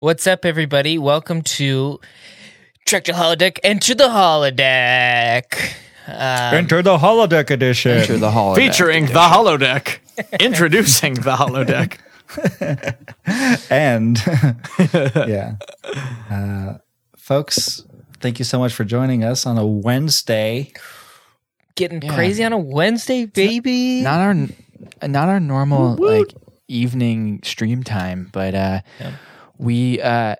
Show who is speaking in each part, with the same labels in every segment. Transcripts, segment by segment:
Speaker 1: What's up, everybody? Welcome to Trek to Holodeck, Enter the Holodeck. Um,
Speaker 2: Enter the holodeck edition.
Speaker 3: Enter the holodeck.
Speaker 4: Featuring the holodeck. Introducing the holodeck.
Speaker 2: and yeah, uh, folks, thank you so much for joining us on a Wednesday.
Speaker 1: getting crazy on a Wednesday, baby.
Speaker 3: Not our not our normal like evening stream time, but uh we uh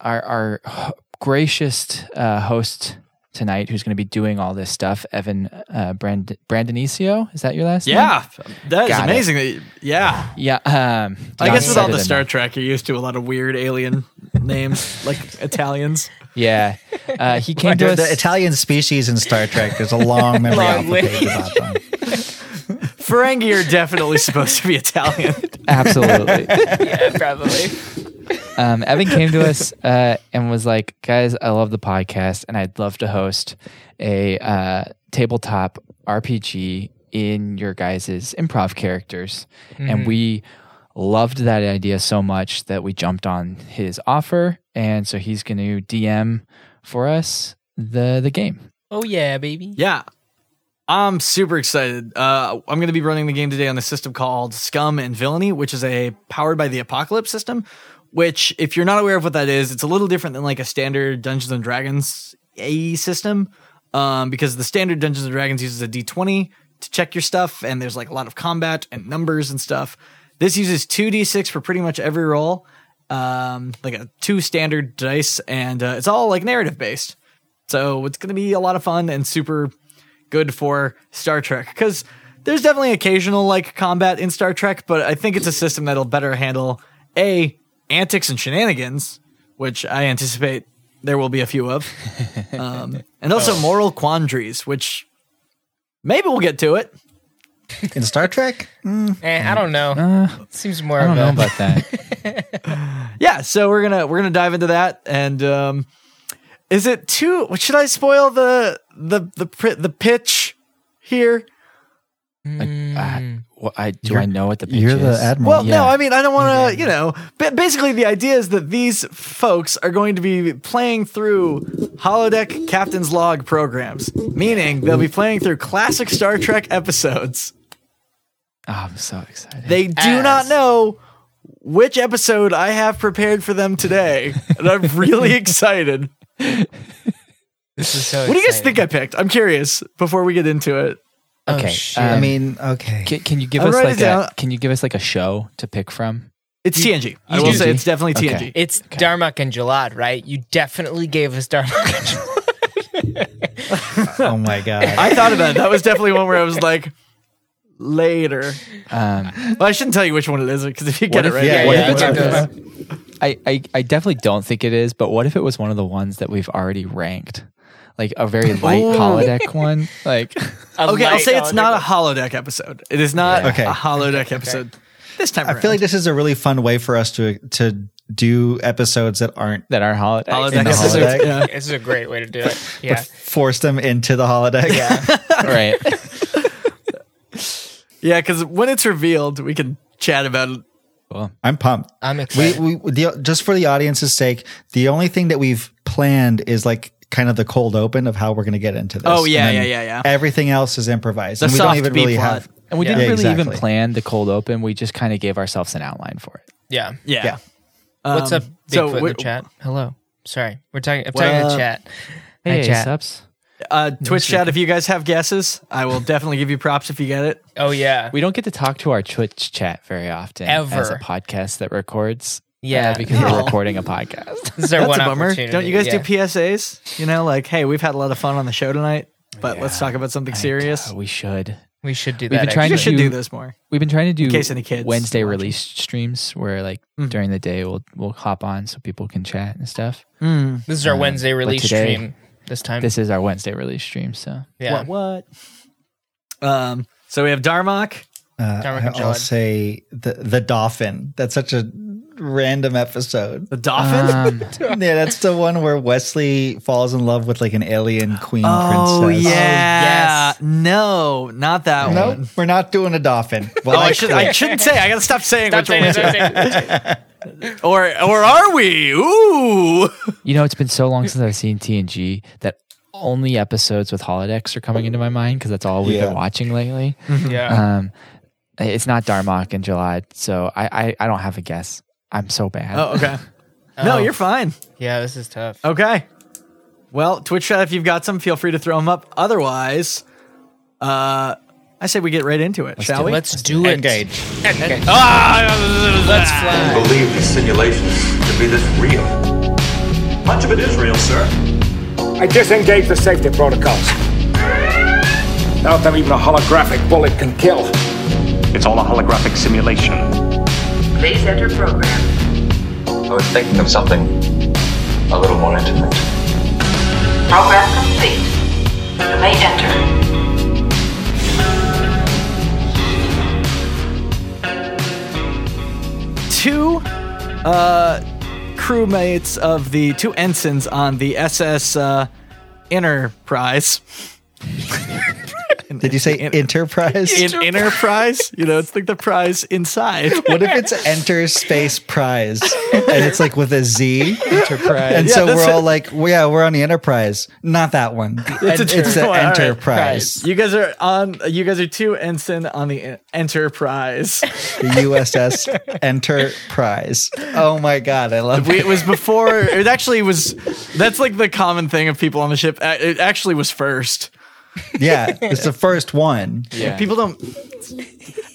Speaker 3: our our h- gracious uh host tonight who's going to be doing all this stuff, Evan uh Brand Brandonicio, is that your last name?
Speaker 4: Yeah. That is
Speaker 3: Got it.
Speaker 4: amazing. that you- Yeah.
Speaker 3: Yeah. Um
Speaker 4: I guess with all the
Speaker 3: start.
Speaker 4: Star Trek, you're used to a lot of weird alien names, like Italians.
Speaker 3: Yeah. Uh he came to
Speaker 2: Dude,
Speaker 3: us
Speaker 2: the Italian species in Star Trek. There's a long memory
Speaker 1: Long
Speaker 2: alpha page about them.
Speaker 4: Ferengi are definitely supposed to be Italian.
Speaker 3: absolutely.
Speaker 1: yeah, probably.
Speaker 3: um, Evan came to us uh, and was like, "Guys, I love the podcast, and I'd love to host a uh, tabletop RPG in your guys' improv characters." And we loved that idea so much that we jumped on his offer, and so he's going to DM for us the the game.
Speaker 1: Oh, yeah, baby.
Speaker 4: Yeah. I'm super excited. Uh, I'm going to be running the game today on the system called Scum and Villainy, which is a powered by the Apocalypse system. Which, if you're not aware of what that is, it's a little different than like a standard Dungeons and Dragons AE system, um, because the standard Dungeons and Dragons uses a D20 to check your stuff, and there's like a lot of combat and numbers and stuff. This uses two D6 for pretty much every roll, um, like a two standard dice, and uh, it's all like narrative based. So it's going to be a lot of fun and super good for Star Trek because there's definitely occasional like combat in Star Trek, but I think it's a system that'll better handle a antics and shenanigans, which I anticipate there will be a few of, um, and also moral quandaries, which maybe we'll get to it.
Speaker 2: In Star Trek,
Speaker 1: Eh, I don't know. Seems more
Speaker 3: I
Speaker 1: of
Speaker 3: don't know
Speaker 1: a.
Speaker 3: about that.
Speaker 4: Yeah, so we're gonna we're gonna dive into that, and um, is it too? Should I spoil the the the pri- the pitch here?
Speaker 3: I, well, I, do I know what the pitch
Speaker 2: you're
Speaker 3: is?
Speaker 2: the admiral.
Speaker 4: Well,
Speaker 3: Yeah.
Speaker 4: no, I mean, I don't want to, you know. ba- Basically, the idea is that these folks are going to be playing through holodeck captain's log programs, meaning they'll be playing through classic Star Trek episodes.
Speaker 3: Oh, I'm so excited.
Speaker 4: They do
Speaker 1: Ass.
Speaker 4: not know which episode I have prepared for them today, and I'm really excited.
Speaker 1: This is so
Speaker 4: What do you guys think I picked? I'm curious. Before we get into it,
Speaker 3: okay.
Speaker 1: Oh, shit.
Speaker 3: um,
Speaker 2: I mean, okay.
Speaker 3: Can, can you give
Speaker 4: I'll
Speaker 3: us
Speaker 4: write
Speaker 3: like
Speaker 4: it down.
Speaker 3: a can you give us like a show to pick from?
Speaker 4: it's TNG. I
Speaker 1: you
Speaker 4: will
Speaker 1: do-
Speaker 4: say it's definitely TNG.
Speaker 3: Okay.
Speaker 1: It's Darmok and Jalad, right? You definitely gave us Darmok and Jalad.
Speaker 2: Oh my god.
Speaker 4: I thought about it. That was definitely one where I was like, later.
Speaker 3: Um,
Speaker 4: Well, I shouldn't tell you which one it is because if you get
Speaker 3: What
Speaker 4: it
Speaker 3: if-
Speaker 4: right,
Speaker 2: yeah,
Speaker 4: yeah,
Speaker 2: what
Speaker 4: yeah,
Speaker 2: if it's
Speaker 4: that's
Speaker 2: our-
Speaker 4: right.
Speaker 3: I, I, I definitely don't think it is, but what if it was one of the ones that we've already ranked? Like a very light
Speaker 4: Oh.
Speaker 3: holodeck one? Like
Speaker 1: A
Speaker 4: okay, I'll
Speaker 1: light
Speaker 4: say it's
Speaker 1: holodeck.
Speaker 4: not a holodeck episode. It is not
Speaker 2: Yeah. Okay.
Speaker 4: a holodeck episode this time.
Speaker 2: I feel like this is a really fun way for us to to do episodes that aren't
Speaker 3: that are holodeck.
Speaker 4: holodeck
Speaker 2: the
Speaker 4: episodes.
Speaker 2: holodeck.
Speaker 4: Yeah.
Speaker 1: This is a great way to do it. Yeah.
Speaker 2: force them into the holodeck.
Speaker 1: yeah.
Speaker 3: Right.
Speaker 4: Yeah, because when it's revealed, we can chat about it.
Speaker 3: Well,
Speaker 2: I'm pumped.
Speaker 1: I'm
Speaker 2: we,
Speaker 1: excited.
Speaker 2: we the, just for the audience's sake, the only thing that we've planned is like kind of the cold open of how we're going to get into this.
Speaker 4: Oh, yeah,
Speaker 2: And then
Speaker 4: yeah, yeah, yeah.
Speaker 2: Everything else is improvised.
Speaker 4: The
Speaker 2: and we
Speaker 4: soft
Speaker 2: don't even
Speaker 4: B
Speaker 2: really
Speaker 4: plot.
Speaker 2: have.
Speaker 3: and we
Speaker 2: Yeah.
Speaker 3: didn't
Speaker 2: Yeah,
Speaker 3: really even
Speaker 2: exactly.
Speaker 3: plan the cold open. We just kind of gave ourselves an outline for it.
Speaker 1: yeah.
Speaker 4: Yeah.
Speaker 2: Yeah.
Speaker 1: What's
Speaker 4: Um,
Speaker 1: up, Bigfoot
Speaker 4: so
Speaker 1: in
Speaker 4: we-
Speaker 1: the chat? Hello. Sorry. We're talking, I'm talking to
Speaker 4: Well,
Speaker 1: the chat. Hi,
Speaker 3: Hey,
Speaker 1: chat.
Speaker 3: subs.
Speaker 4: Uh, Twitch chat, if you guys have guesses, I will definitely give you props if you get it.
Speaker 1: Oh, yeah.
Speaker 3: We don't get to talk to our Twitch chat very often as
Speaker 1: Ever.
Speaker 3: a podcast that records.
Speaker 1: Yeah.
Speaker 3: uh, because
Speaker 4: No.
Speaker 3: we're recording a podcast.
Speaker 1: This is our
Speaker 4: That's
Speaker 1: one
Speaker 4: a bummer.
Speaker 1: opportunity.
Speaker 4: Don't you guys
Speaker 1: yeah.
Speaker 4: do PSAs? You know, like, hey, we've had a lot of fun on the show tonight, but let's talk about something serious.
Speaker 3: Uh, we should.
Speaker 1: We should do that.
Speaker 3: We've been trying
Speaker 4: You
Speaker 3: to
Speaker 1: actually.
Speaker 4: should
Speaker 3: do-
Speaker 4: do this more.
Speaker 3: We've been trying to do
Speaker 4: case any kids
Speaker 3: Wednesday
Speaker 4: watching.
Speaker 3: release streams where like
Speaker 4: Mm.
Speaker 3: during the day we'll we'll hop on so people can chat and stuff.
Speaker 4: Hmm.
Speaker 1: This is our
Speaker 3: Um,
Speaker 1: Wednesday
Speaker 3: but
Speaker 1: release
Speaker 3: today-
Speaker 1: stream this time.
Speaker 3: This is our Wednesday release stream, so
Speaker 1: yeah.
Speaker 4: What? What? Um, so we have Darmok.
Speaker 2: Uh,
Speaker 1: Darmok and
Speaker 2: I'll
Speaker 1: Jawad.
Speaker 2: say the the dolphin. That's such a random episode.
Speaker 4: The dolphin?
Speaker 3: Um,
Speaker 2: yeah, that's the one where Wesley falls in love with like an alien queen
Speaker 4: oh,
Speaker 2: princess.
Speaker 4: yeah.
Speaker 1: yes.
Speaker 4: No, not that
Speaker 2: No,
Speaker 4: one.
Speaker 2: we're not doing a dolphin.
Speaker 4: Oh,
Speaker 2: Well,
Speaker 4: I, should, I shouldn't say. I got to stop saying
Speaker 1: Stop
Speaker 4: which one.
Speaker 1: saying this, stop saying this.
Speaker 4: or or are we? Ooh.
Speaker 3: You know, it's been so long since I've seen TNG that only episodes with holodecks are coming into my mind because that's all we've
Speaker 2: Yeah.
Speaker 3: been watching lately.
Speaker 1: yeah.
Speaker 3: Um, it's not Darmok in July, so I, I, I don't have a guess. I'm so bad.
Speaker 4: Oh, okay. No,
Speaker 1: Oh.
Speaker 4: you're fine.
Speaker 1: Yeah, this is tough.
Speaker 4: Okay. Well, Twitch chat, if you've got some, feel free to throw them up. Otherwise, uh, I say we get right into it, shall we?
Speaker 1: Let's do it.
Speaker 2: Engage.
Speaker 1: Let's fly.
Speaker 5: believe these simulations to be this real. Much of it is real, sir.
Speaker 6: I disengage the safety protocols. Not that even a holographic bullet can kill.
Speaker 7: It's all a holographic simulation.
Speaker 8: Please enter program.
Speaker 5: I was thinking of something a little more intimate.
Speaker 8: Program complete. You may enter.
Speaker 4: two uh, crewmates of the two ensigns on the SS uh, Enterprise.
Speaker 2: Did you say enterprise?
Speaker 4: In Enterprise, you know, it's like the prize inside.
Speaker 2: what if it's enter space prize and it's like with a Z?
Speaker 3: Enterprise.
Speaker 2: And
Speaker 4: Yeah,
Speaker 2: so
Speaker 4: that's
Speaker 2: we're all
Speaker 4: it.
Speaker 2: like, well, yeah, we're on the enterprise. Not that one.
Speaker 4: It's a different
Speaker 2: the
Speaker 4: one. All right.
Speaker 2: enterprise.
Speaker 4: You guys are on. You guys are two ensign on the En- Enterprise.
Speaker 2: The USS Enterprise. Oh my God. I love
Speaker 4: We,
Speaker 2: it.
Speaker 4: it was before. It actually was. That's like the common thing of people on the ship. A- It actually was first.
Speaker 2: Yeah. It's the first one.
Speaker 3: yeah.
Speaker 4: People don't.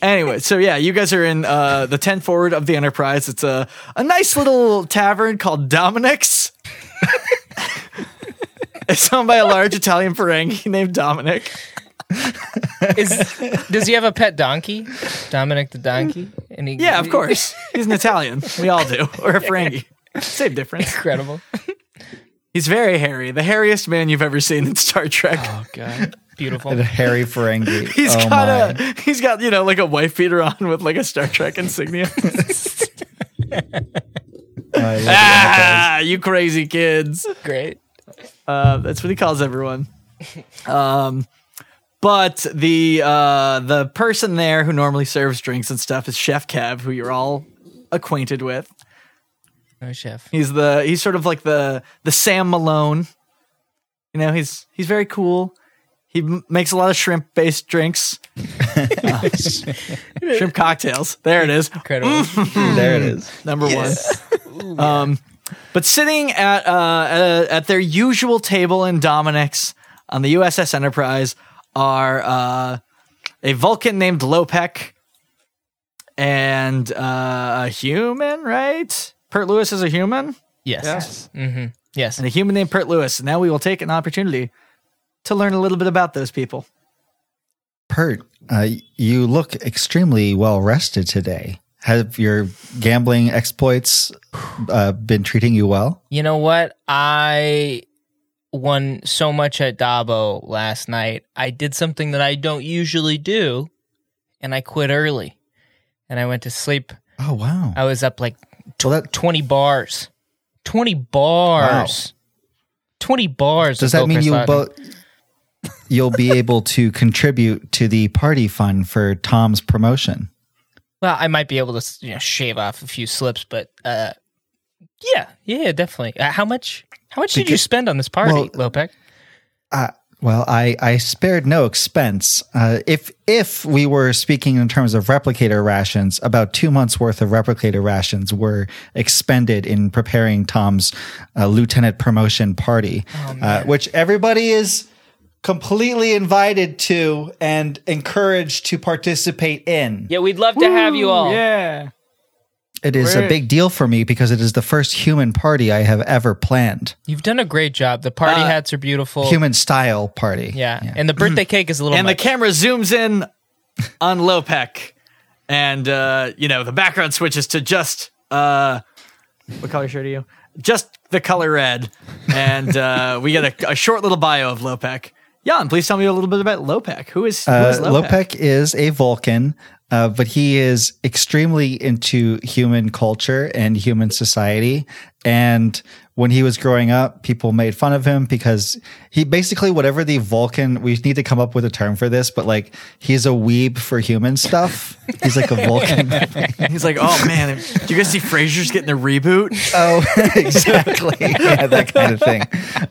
Speaker 4: Anyway, so yeah, you guys are in uh, the tent forward of the Enterprise. It's a a nice little tavern called Dominic's. it's owned by a large Italian Ferengi named Dominic.
Speaker 1: Is, does he have a pet donkey? Dominic the donkey? And he,
Speaker 4: Yeah, of course, he's an Italian. We all do, or a Ferengi. Same difference.
Speaker 1: Incredible.
Speaker 4: He's very hairy, the hairiest man you've ever seen in Star Trek.
Speaker 1: God. Beautiful.
Speaker 2: The Harry Ferengi.
Speaker 4: He's
Speaker 2: oh
Speaker 4: got
Speaker 2: my.
Speaker 4: a he's got you know like a wife beater on with like a Star Trek insignia.
Speaker 2: I love
Speaker 4: ah, you crazy kids!
Speaker 1: Great.
Speaker 4: Uh, that's what he calls everyone. Um, but the uh, the person there who normally serves drinks and stuff is Chef Kev, who you're all acquainted with. Oh,
Speaker 1: No chef.
Speaker 4: He's the he's sort of like the the Sam Malone. You know, he's he's very cool. He m- makes a lot of shrimp based drinks. Uh, shrimp cocktails. There it is.
Speaker 1: Incredible.
Speaker 4: Mm.
Speaker 2: it. There it is.
Speaker 4: number one. Um, but sitting at uh, at their usual table in Dominic's on the USS Enterprise are uh, a Vulcan named Lopek and uh, a human, right? Pert Lewis is a human,
Speaker 1: Yes. Mm-hmm. Yes.
Speaker 4: and a human named Pert Lewis. Now we will take an opportunity to learn a little bit about those people.
Speaker 2: Pert, uh, you look extremely well rested today. Have your gambling exploits uh, been treating you well?
Speaker 1: You know what? I won so much at Dabo last night. I did something that I don't usually do, and I quit early. And I went to sleep.
Speaker 2: Oh wow!
Speaker 1: I was up like tw-
Speaker 2: Well, that-
Speaker 1: 20 bars. 20 bars. 20 bars.
Speaker 2: Does
Speaker 1: of
Speaker 2: that
Speaker 1: Bill
Speaker 2: mean you'll
Speaker 1: Christladen.
Speaker 2: both you'll be able to contribute to the party fund for Tom's promotion?
Speaker 1: Well, I might be able to you know, shave off a few slips, but uh, yeah, yeah, definitely. Uh, how much? How much did you
Speaker 2: Because-
Speaker 1: spend on this party,
Speaker 2: well-
Speaker 1: Lopek?
Speaker 2: Uh, well, I, I spared no expense. Uh, if if we were speaking in terms of replicator rations, about two months worth of replicator rations were expended in preparing Tom's uh, lieutenant promotion party, uh, which everybody is completely invited to and encouraged to participate in.
Speaker 1: Yeah, we'd love to have you all.
Speaker 4: Yeah.
Speaker 2: It is a
Speaker 4: We're-
Speaker 2: big deal for me because it is the first human party I have ever planned.
Speaker 1: You've done a great job. The party
Speaker 4: Uh,
Speaker 1: hats are beautiful.
Speaker 2: Human style party.
Speaker 1: Oh. Yeah. and the birthday cake is a little.
Speaker 4: and the
Speaker 1: much.
Speaker 4: camera zooms in on Lopek, and uh, you know the background switches to just uh, what color shirt are you? Just the color red, and uh, we get a, a short little bio of Lopek. Jan, please tell me a little bit about Lopek. Who is, who
Speaker 2: Uh,
Speaker 4: is Lopek?
Speaker 2: Lopek is a Vulcan. Uh, but he is extremely into human culture and human society. And when he was growing up, people made fun of him because he basically, whatever the Vulcan, we need to come up with a term for this, but like he's a weeb for human stuff. He's like a Vulcan.
Speaker 4: He's like, oh man, do you guys see Frasier's getting a reboot?
Speaker 2: Oh, exactly. Yeah, that kind of thing.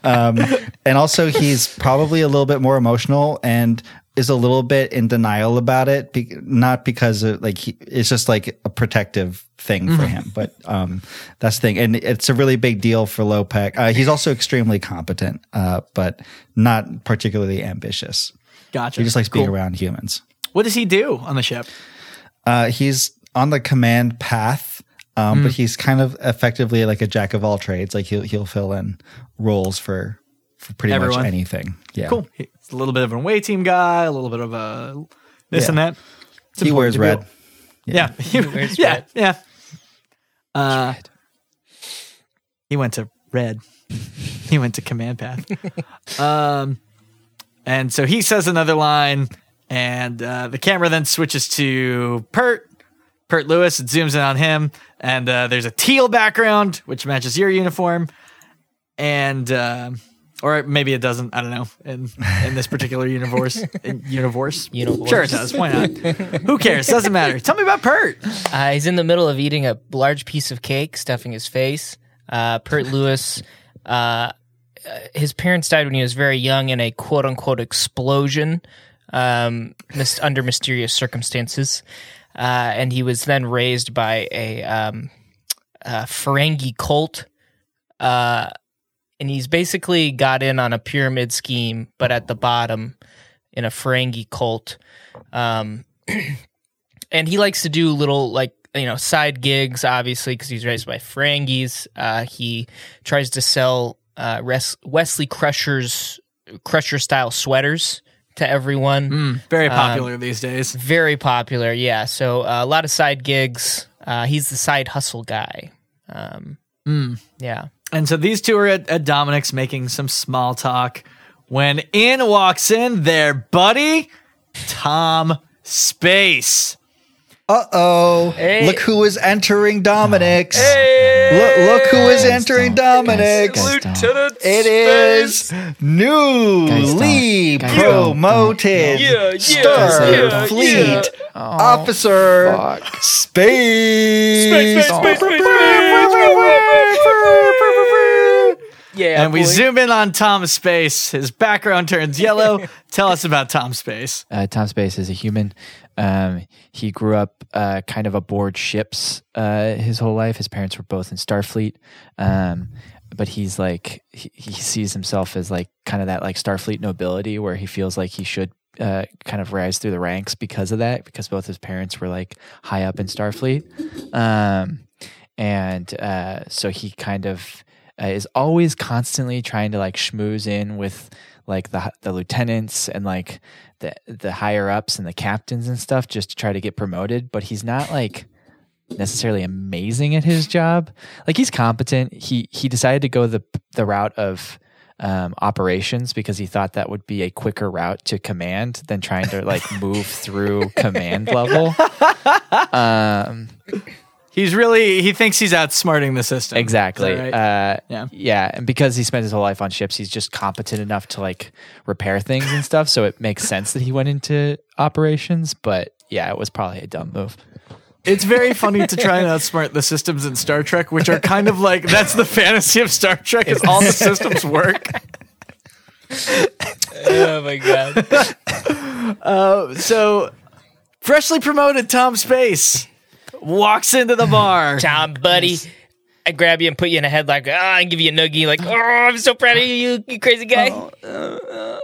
Speaker 2: Um, and also, he's probably a little bit more emotional and is a little bit in denial about it. Be- not because of, like he, it's just like a protective thing for him, but um, that's the thing. And it's a really big deal for Lopec. Uh, he's also extremely competent, uh, but not particularly ambitious.
Speaker 4: Gotcha.
Speaker 2: He just likes being
Speaker 4: Cool.
Speaker 2: around humans.
Speaker 4: What does he do on the ship?
Speaker 2: Uh, he's on the command path, um, but he's kind of effectively like a jack of all trades. Like he'll he'll fill in roles for for pretty
Speaker 4: Everyone.
Speaker 2: much anything. Yeah,
Speaker 4: Cool. He's a little bit of an away team guy, a little bit of a this
Speaker 2: Yeah.
Speaker 4: and that. It's
Speaker 2: He
Speaker 4: important
Speaker 2: wears
Speaker 4: to be
Speaker 2: red.
Speaker 4: able- Yeah. yeah.
Speaker 1: red.
Speaker 4: Yeah. Uh, he went to red. he went to command path. um, and so he says another line, and uh, the camera then switches to Pert. Pert Lewis. It zooms in on him, and uh, there's a teal background which matches your uniform, and uh, or maybe it doesn't. I don't know. In in this particular universe, in universe,
Speaker 1: Universe.
Speaker 4: sure it does. Why not? Who cares? Doesn't matter. Tell me about Pert.
Speaker 1: Uh, he's in the middle of eating a large piece of cake, stuffing his face. Uh, Pert Lewis, uh, uh, his parents died when he was very young in a quote unquote explosion um, mis- under mysterious circumstances. Uh, and he was then raised by a, um, a Ferengi cult. Uh, and he's basically got in on a pyramid scheme, but at the bottom in a Ferengi cult. Um, and he likes to do little like you know side gigs obviously because he's raised by Ferengis. Uh, he tries to sell uh, Res- Wesley Crusher's Crusher style sweaters to everyone.
Speaker 4: Very popular these days.
Speaker 1: Very popular, yeah. So uh, a lot of side gigs. Uh, he's the side hustle guy. Um, Yeah.
Speaker 4: And so these two are at, at Dominic's making some small talk when in walks in their buddy, Tom Space.
Speaker 2: Uh oh!
Speaker 1: Hey.
Speaker 2: Look who is entering Dominic's. Look, look who is entering
Speaker 3: stop. Guys,
Speaker 2: Dominic's.
Speaker 3: guys,
Speaker 4: Lieutenant
Speaker 2: It is newly
Speaker 3: Guys, don't.
Speaker 2: promoted Star
Speaker 3: yeah,
Speaker 2: Fleet
Speaker 3: yeah.
Speaker 2: Officer
Speaker 3: Fuck.
Speaker 2: Space.
Speaker 1: Yeah.
Speaker 4: And we zoom in on Tom Space. His background turns yellow. Tell us about Tom Space.
Speaker 3: uh, Tom Space is a human. Um, he grew up uh, kind of aboard ships uh, his whole life. His parents were both in Starfleet, um, but he's like he, he sees himself as like kind of that like Starfleet nobility, where he feels like he should uh, kind of rise through the ranks because of that, because both his parents were like high up in Starfleet, um, and uh, so he kind of uh, is always constantly trying to like schmooze in with like the the lieutenants and like the the higher ups and the captains and stuff just to try to get promoted but he's not like necessarily amazing at his job like he's competent he he decided to go the the route of um, operations because he thought that would be a quicker route to command than trying to like move through command level um
Speaker 4: He's really, he thinks he's outsmarting the system.
Speaker 3: Exactly.
Speaker 4: Is that right?
Speaker 3: Uh,
Speaker 4: Yeah.
Speaker 3: yeah. And because he spent his whole life on ships, he's just competent enough to like repair things and stuff. So it makes sense that he went into operations. But yeah, it was probably a dumb move.
Speaker 4: It's very funny to try and outsmart the systems in Star Trek, which are kind of like that's the fantasy of Star Trek is all the systems work.
Speaker 1: oh my god.
Speaker 4: So freshly promoted Tom Space walks into the bar.
Speaker 1: Tom, buddy. I grab you and put you in a headlock. Ah, I give you a noogie. Like, oh, I'm so proud of you, you, you crazy guy.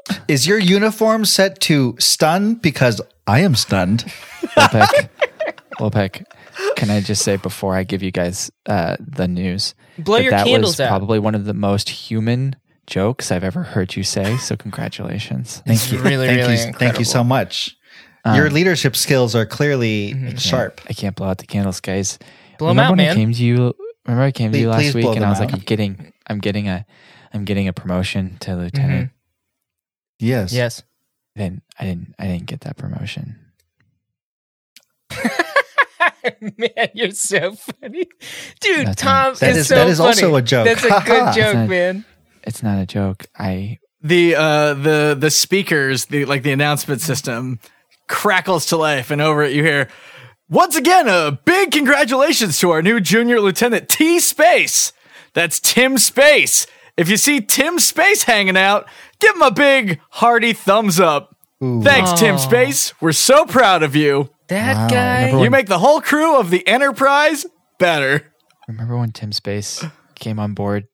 Speaker 2: Is your uniform set to stun? Because I am stunned.
Speaker 3: Lopek, Lopek, can I just say before I give you guys uh, the news?
Speaker 1: Blow your
Speaker 3: that
Speaker 1: candles
Speaker 3: was
Speaker 1: out.
Speaker 3: probably one of the most human jokes I've ever heard you say. So congratulations.
Speaker 2: Thank you. Um,
Speaker 1: really,
Speaker 2: thank
Speaker 1: really
Speaker 2: you. Thank you so
Speaker 1: incredible. Mhm.
Speaker 2: much. Your leadership skills are clearly sharp.
Speaker 3: I can't blow out the candles, guys.
Speaker 1: Blow 'em
Speaker 3: remember
Speaker 1: out,
Speaker 3: when
Speaker 1: man.
Speaker 3: I came to you? Remember I came to
Speaker 2: Please-
Speaker 3: you
Speaker 2: please
Speaker 3: last week
Speaker 2: blow
Speaker 3: and
Speaker 2: them
Speaker 3: I was
Speaker 2: out.
Speaker 3: like, I'm getting, I'm getting a, I'm getting a promotion to lieutenant.
Speaker 2: Yes.
Speaker 1: Yes.
Speaker 3: Then I didn't, I didn't get that promotion.
Speaker 1: man, you're so funny, dude.
Speaker 3: That's
Speaker 1: Tom
Speaker 2: That
Speaker 1: is
Speaker 2: is-
Speaker 1: so
Speaker 2: that is
Speaker 1: funny.
Speaker 2: also a joke.
Speaker 1: That's a good joke,
Speaker 3: That's-
Speaker 1: man.
Speaker 3: It's not a joke. I
Speaker 4: the uh the the speakers the like the announcement system crackles to life and over it you hear once again a big congratulations to our new junior lieutenant t space that's tim space if you see tim space hanging out give him a big hearty thumbs up thanks tim space we're so proud of you
Speaker 1: That guy.
Speaker 3: remember
Speaker 4: you make the whole crew of the enterprise better
Speaker 3: remember when Tim Space came on board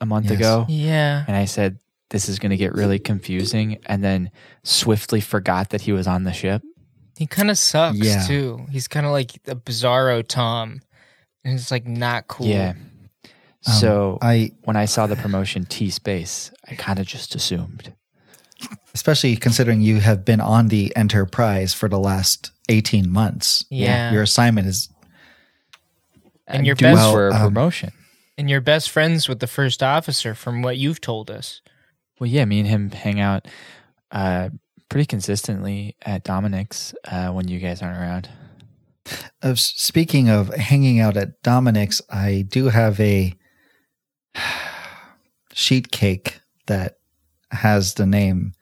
Speaker 3: a month ago,
Speaker 1: Yeah.
Speaker 3: and I said this is going to get really confusing, and then swiftly forgot that he was on the ship.
Speaker 1: He kind of sucks
Speaker 2: Yeah.
Speaker 1: too. He's kind of like a bizarro Tom, and it's like not cool.
Speaker 3: Yeah. So
Speaker 2: I
Speaker 3: when I saw the promotion T Space, I kind of just assumed.
Speaker 2: especially considering you have been on the Enterprise for the last 18 months.
Speaker 1: Yeah.
Speaker 2: Your assignment is
Speaker 1: and you're
Speaker 3: Due
Speaker 1: best
Speaker 3: for a
Speaker 2: um,
Speaker 3: promotion.
Speaker 1: and you're best friends with the first officer, from what you've told us.
Speaker 3: Well, yeah, me and him hang out uh, pretty consistently at Dominic's uh, when you guys aren't around.
Speaker 2: of speaking of hanging out at Dominic's, I do have a sheet cake that has the name.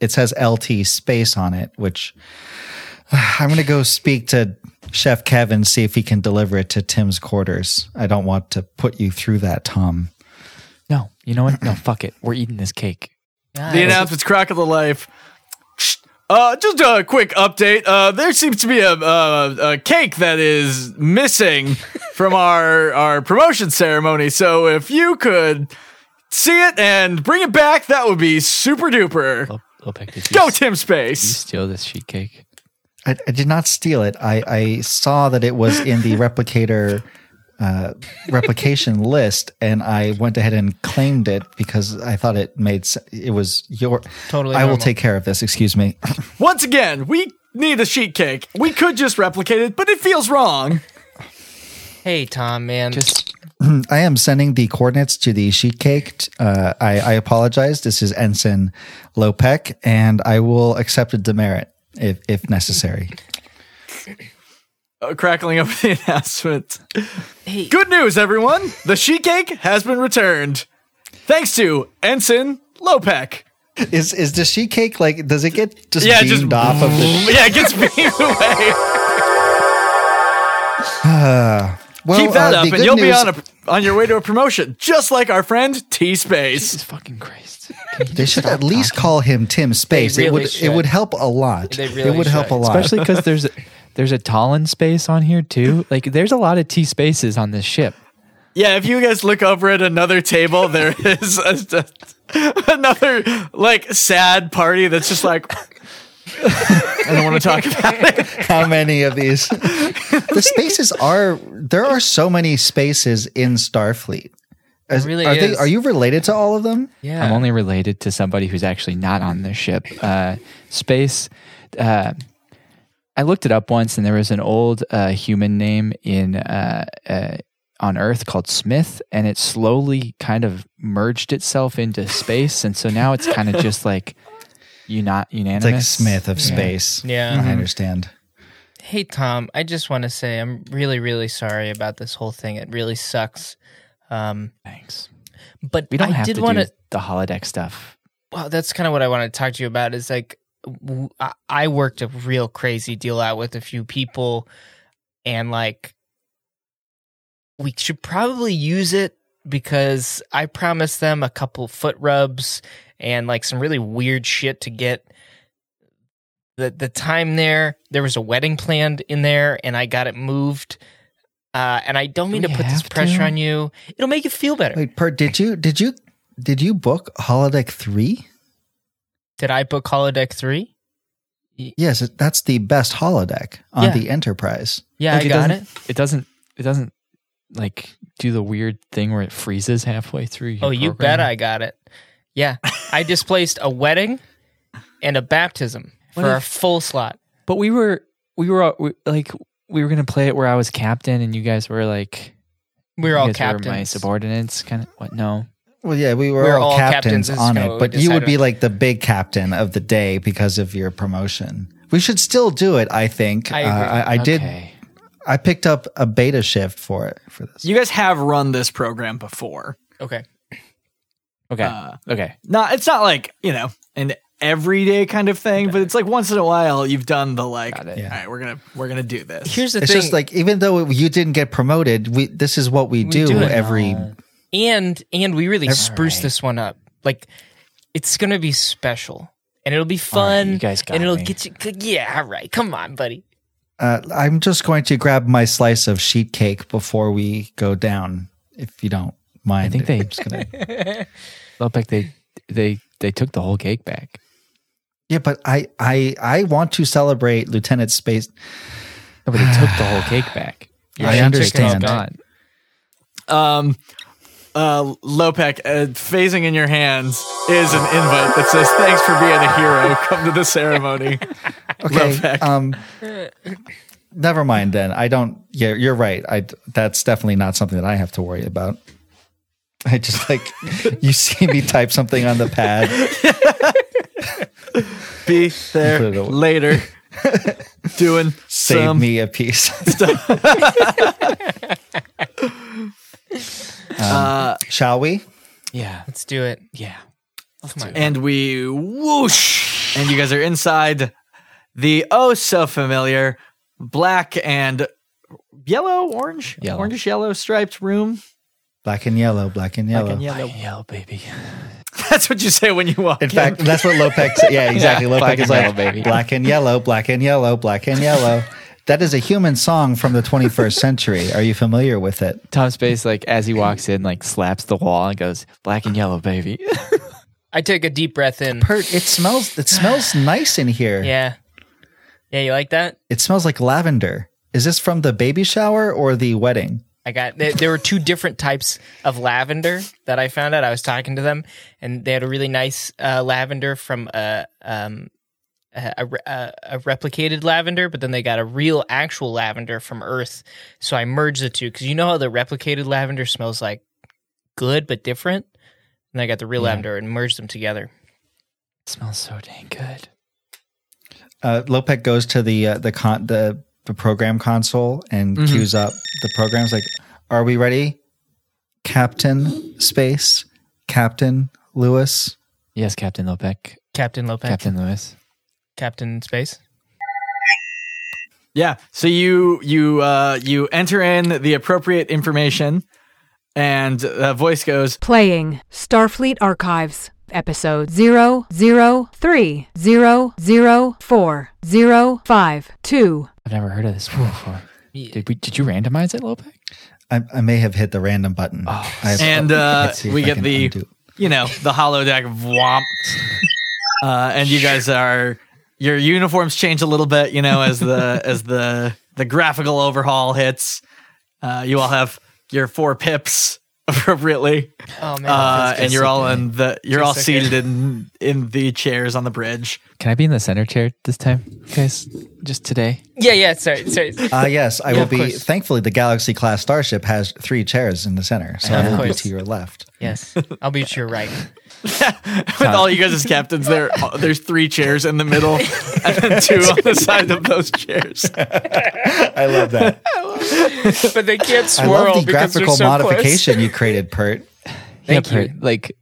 Speaker 2: It says LT space on it, which I'm going to go speak to Chef Kevin see if he can deliver it to Tim's quarters. I don't want to put you through that, Tom.
Speaker 3: No, you know what? No, fuck it. We're eating this cake.
Speaker 4: The announcements crackle to life. Uh, just a quick update. Uh, there seems to be a, uh, a, a cake that is missing from our our promotion ceremony. So if you could see it and bring it back, that would be super duper.
Speaker 3: Little, little pick. Did you
Speaker 4: Go
Speaker 3: s-
Speaker 4: Tim
Speaker 3: did you
Speaker 4: Space.
Speaker 3: steal this sheet cake?
Speaker 2: I, I did not steal it. I, I saw that it was in the replicator uh, replication list, and I went ahead and claimed it because I thought it made se- it was your.
Speaker 1: Totally
Speaker 2: I will
Speaker 1: normal.
Speaker 2: take care of this. Excuse me.
Speaker 4: Once again, we need a sheet cake. We could just replicate it, but it feels wrong.
Speaker 1: Hey, Tom, man.
Speaker 3: Just
Speaker 2: I am sending the coordinates to the sheet cake. Uh, I, I apologize. This is Ensign Lopek, and I will accept a demerit if if necessary.
Speaker 4: uh, crackling over the announcement. Good news, everyone! The sheet cake has been returned, thanks to Ensign Lopek.
Speaker 2: is is the sheet cake like? Does it get just
Speaker 4: Yeah,
Speaker 2: beamed
Speaker 4: just-
Speaker 2: off of the?
Speaker 4: Yeah, it gets beamed away.
Speaker 2: Well,
Speaker 4: Keep that
Speaker 2: uh,
Speaker 4: up,
Speaker 2: the
Speaker 4: and
Speaker 2: good
Speaker 4: you'll be
Speaker 2: news-
Speaker 4: on a on your way to a promotion, just like our friend T Space.
Speaker 3: Jesus fucking Christ. Can you
Speaker 2: They
Speaker 3: just
Speaker 2: should
Speaker 3: stop
Speaker 2: at least
Speaker 3: talking?
Speaker 2: call him Tim Space.
Speaker 1: They
Speaker 2: it
Speaker 1: really
Speaker 2: would
Speaker 1: should.
Speaker 2: it would help a lot.
Speaker 1: They really
Speaker 2: it would help
Speaker 1: should.
Speaker 2: a lot.
Speaker 3: Especially because there's there's a Tallinn space on here too. Like there's a lot of T spaces on this ship.
Speaker 4: Yeah, if you guys look over at another table, there is a, another like sad party that's just like. I don't want to talk about it.
Speaker 2: how many of these? the spaces are there are so many spaces in Starfleet. As-
Speaker 1: really
Speaker 2: are
Speaker 1: is.
Speaker 2: are you related to all of them?
Speaker 1: yeah.
Speaker 3: I'm only related to somebody who's actually not on this ship. Uh, space. Uh, I looked it up once, and there was an old uh, human name in uh, uh, on Earth called Smith, and it slowly kind of merged itself into space, and so now it's kind of just like you not
Speaker 2: It's
Speaker 3: unanimous.
Speaker 2: like Smith of space.
Speaker 1: Yeah.
Speaker 2: I understand.
Speaker 1: Hey, Tom, I just want to say I'm really, really sorry about this whole thing. It really sucks. Um,
Speaker 3: Thanks.
Speaker 1: but
Speaker 3: We don't
Speaker 1: I
Speaker 3: have
Speaker 1: did
Speaker 3: to
Speaker 1: want
Speaker 3: do
Speaker 1: to.
Speaker 3: the holodeck stuff.
Speaker 1: Well, that's kind of what I wanted to talk to you about. Is like w- I- I worked a real crazy deal out with a few people, and like we should probably use it because I promised them a couple foot rubs and like some really weird shit to get. The the time there, there was a wedding planned in there, and I got it moved. Uh, and I don't mean
Speaker 3: we
Speaker 1: to put this
Speaker 3: Oh, have
Speaker 1: pressure
Speaker 3: to?
Speaker 1: on you. It'll make you feel better.
Speaker 2: Wait, per did you did you did you book holodeck three?
Speaker 1: Did I book holodeck three?
Speaker 2: Yes, it- that's the best holodeck on
Speaker 1: Yeah.
Speaker 2: the Enterprise.
Speaker 1: Yeah,
Speaker 3: Like,
Speaker 1: I got it.
Speaker 3: doesn't- It doesn't. It doesn't like do the weird thing where it freezes halfway through. your
Speaker 1: Oh, you
Speaker 3: program.
Speaker 1: bet I got it. Yeah. I displaced a wedding and a baptism
Speaker 3: What
Speaker 1: for
Speaker 3: if-
Speaker 1: a full slot.
Speaker 3: But we were we were all- we, like we were gonna play it where I was captain and you guys were like
Speaker 1: We were
Speaker 3: you
Speaker 1: all
Speaker 3: guys were my
Speaker 1: captains.
Speaker 3: subordinates kind of what no
Speaker 2: Well, yeah, we were,
Speaker 1: We were
Speaker 2: all,
Speaker 1: all
Speaker 2: captains,
Speaker 1: captains, is
Speaker 2: on
Speaker 1: kinda what
Speaker 2: it,
Speaker 1: we
Speaker 2: but you would
Speaker 1: decided
Speaker 2: be
Speaker 1: on.
Speaker 2: like the big captain of the day because of your promotion. We should still do it. I think.
Speaker 1: I agree.
Speaker 2: Uh, I, I did.
Speaker 3: Okay.
Speaker 2: I picked up a beta shift for it for this.
Speaker 4: You guys have run this program before.
Speaker 1: Okay.
Speaker 3: Okay. okay.
Speaker 4: Not it's not like, you know, an everyday kind of thing, but it's like once in a while you've done the like all
Speaker 3: it.
Speaker 4: right, we're gonna we're gonna do this.
Speaker 1: Here's the
Speaker 2: it's
Speaker 1: thing.
Speaker 2: just like even though you didn't get promoted, we this is what we, do,
Speaker 1: do it.
Speaker 2: every.
Speaker 1: and and we really spruce
Speaker 3: right.
Speaker 1: this one up. Like it's gonna be special, and it'll be
Speaker 3: right,
Speaker 1: fun.
Speaker 3: you guys got
Speaker 1: and it'll
Speaker 3: me.
Speaker 1: get you. Yeah, all right. Come on, buddy.
Speaker 2: Uh, I'm just going to grab my slice of sheet cake before we go down, if you don't mind.
Speaker 3: think they-
Speaker 2: I'm just gonna.
Speaker 3: Look like they they they took the whole cake back.
Speaker 2: Yeah, but I I I want to celebrate Lieutenant Space.
Speaker 3: No, but they took the whole cake back.
Speaker 2: I
Speaker 1: she took
Speaker 2: understand.
Speaker 1: it all
Speaker 3: God.
Speaker 4: Um uh Lopek, uh, phasing in your hands is an invite that says thanks for being a hero. Come to the ceremony.
Speaker 2: Okay.
Speaker 4: Lopek.
Speaker 2: Um. Never mind then. I don't. Yeah, you're right. I that's definitely not something that I have to worry about. I just like you see me type something on the pad.
Speaker 4: Be there
Speaker 2: Put it away.
Speaker 4: later. Doing
Speaker 2: Save
Speaker 4: some
Speaker 2: me a piece.
Speaker 4: Uh,
Speaker 2: Um, Shall we?
Speaker 3: Yeah.
Speaker 1: Let's do it.
Speaker 3: Yeah.
Speaker 4: and we whoosh, and you guys are inside the oh so familiar black and yellow, orange,
Speaker 3: Yellow.
Speaker 4: orangish yellow striped room.
Speaker 2: Black and yellow. Black and yellow.
Speaker 4: Black and yellow.
Speaker 3: Yellow baby.
Speaker 4: That's what you say when you walk.
Speaker 2: In fact, that's what Lopek. said. Yeah, exactly. Lopek
Speaker 3: black
Speaker 2: is like
Speaker 3: and yellow, baby.
Speaker 2: black and yellow, black and yellow, black and yellow. That is a human song from the 21st century. Are you familiar with it?
Speaker 3: Tom Space like as he walks in like slaps the wall and goes black and yellow baby.
Speaker 1: I take a deep breath in.
Speaker 2: Pert, it smells. It smells nice in here.
Speaker 1: yeah. Yeah, you like that?
Speaker 2: It smells like lavender. Is this from the baby shower or the wedding?
Speaker 1: I got there, there were two different types of lavender that I found out. I was talking to them, and they had a really nice uh, lavender from a um a, a, re- a- a replicated lavender, but then they got a real actual lavender from Earth. So I merged the two because you know how the replicated lavender smells like good but different, and I got the real lavender and merged them together.
Speaker 3: smells so dang good.
Speaker 2: Uh, Lopek goes to the uh, the con the, the program console and queues up the programs. Like, are we ready, Captain Space, Captain Lewis?
Speaker 3: Yes, Captain Lopek.
Speaker 1: Captain Lopez, Captain,
Speaker 3: Captain Lewis.
Speaker 1: Space.
Speaker 4: Yeah. So you you uh, you enter in the appropriate information, and a voice goes,
Speaker 9: Playing Starfleet Archives, episode 00300040522.
Speaker 3: I've never heard of this one before. Did we did you randomize it, Lopek?
Speaker 2: I, I may have hit the random button. I-
Speaker 4: and uh,
Speaker 2: Let's see if
Speaker 4: we
Speaker 2: I
Speaker 4: get
Speaker 2: can
Speaker 4: the
Speaker 2: undo.
Speaker 4: you know the holodeck vwomp, uh, and you guys are your uniforms change a little bit, you know, as the as the the graphical overhaul hits. Uh, you all have your four pips appropriately,
Speaker 1: Oh man,
Speaker 4: uh,
Speaker 1: that's
Speaker 4: and you're all in the you're all
Speaker 1: Feels so good.
Speaker 4: seated in in the chairs on the bridge.
Speaker 3: Can I be in the center chair this time, guys? Just today.
Speaker 1: good. yeah, yeah. Sorry, sorry.
Speaker 2: Ah, yes, I will
Speaker 1: of
Speaker 2: be.
Speaker 1: course.
Speaker 2: Thankfully, the Galaxy class starship has three chairs in the center, so I
Speaker 1: Of
Speaker 2: will be
Speaker 1: course.
Speaker 2: to your left.
Speaker 1: yes, I'll be to your right.
Speaker 4: with all you guys as captains there uh, there's three chairs in the middle and then two on the side of those chairs
Speaker 2: I love that.
Speaker 1: but they can't
Speaker 2: I
Speaker 1: swirl
Speaker 2: love
Speaker 1: because
Speaker 2: the
Speaker 1: they're
Speaker 2: graphical
Speaker 1: so close.
Speaker 2: modification you created, Pert.
Speaker 1: Thank you.
Speaker 3: Bert, Like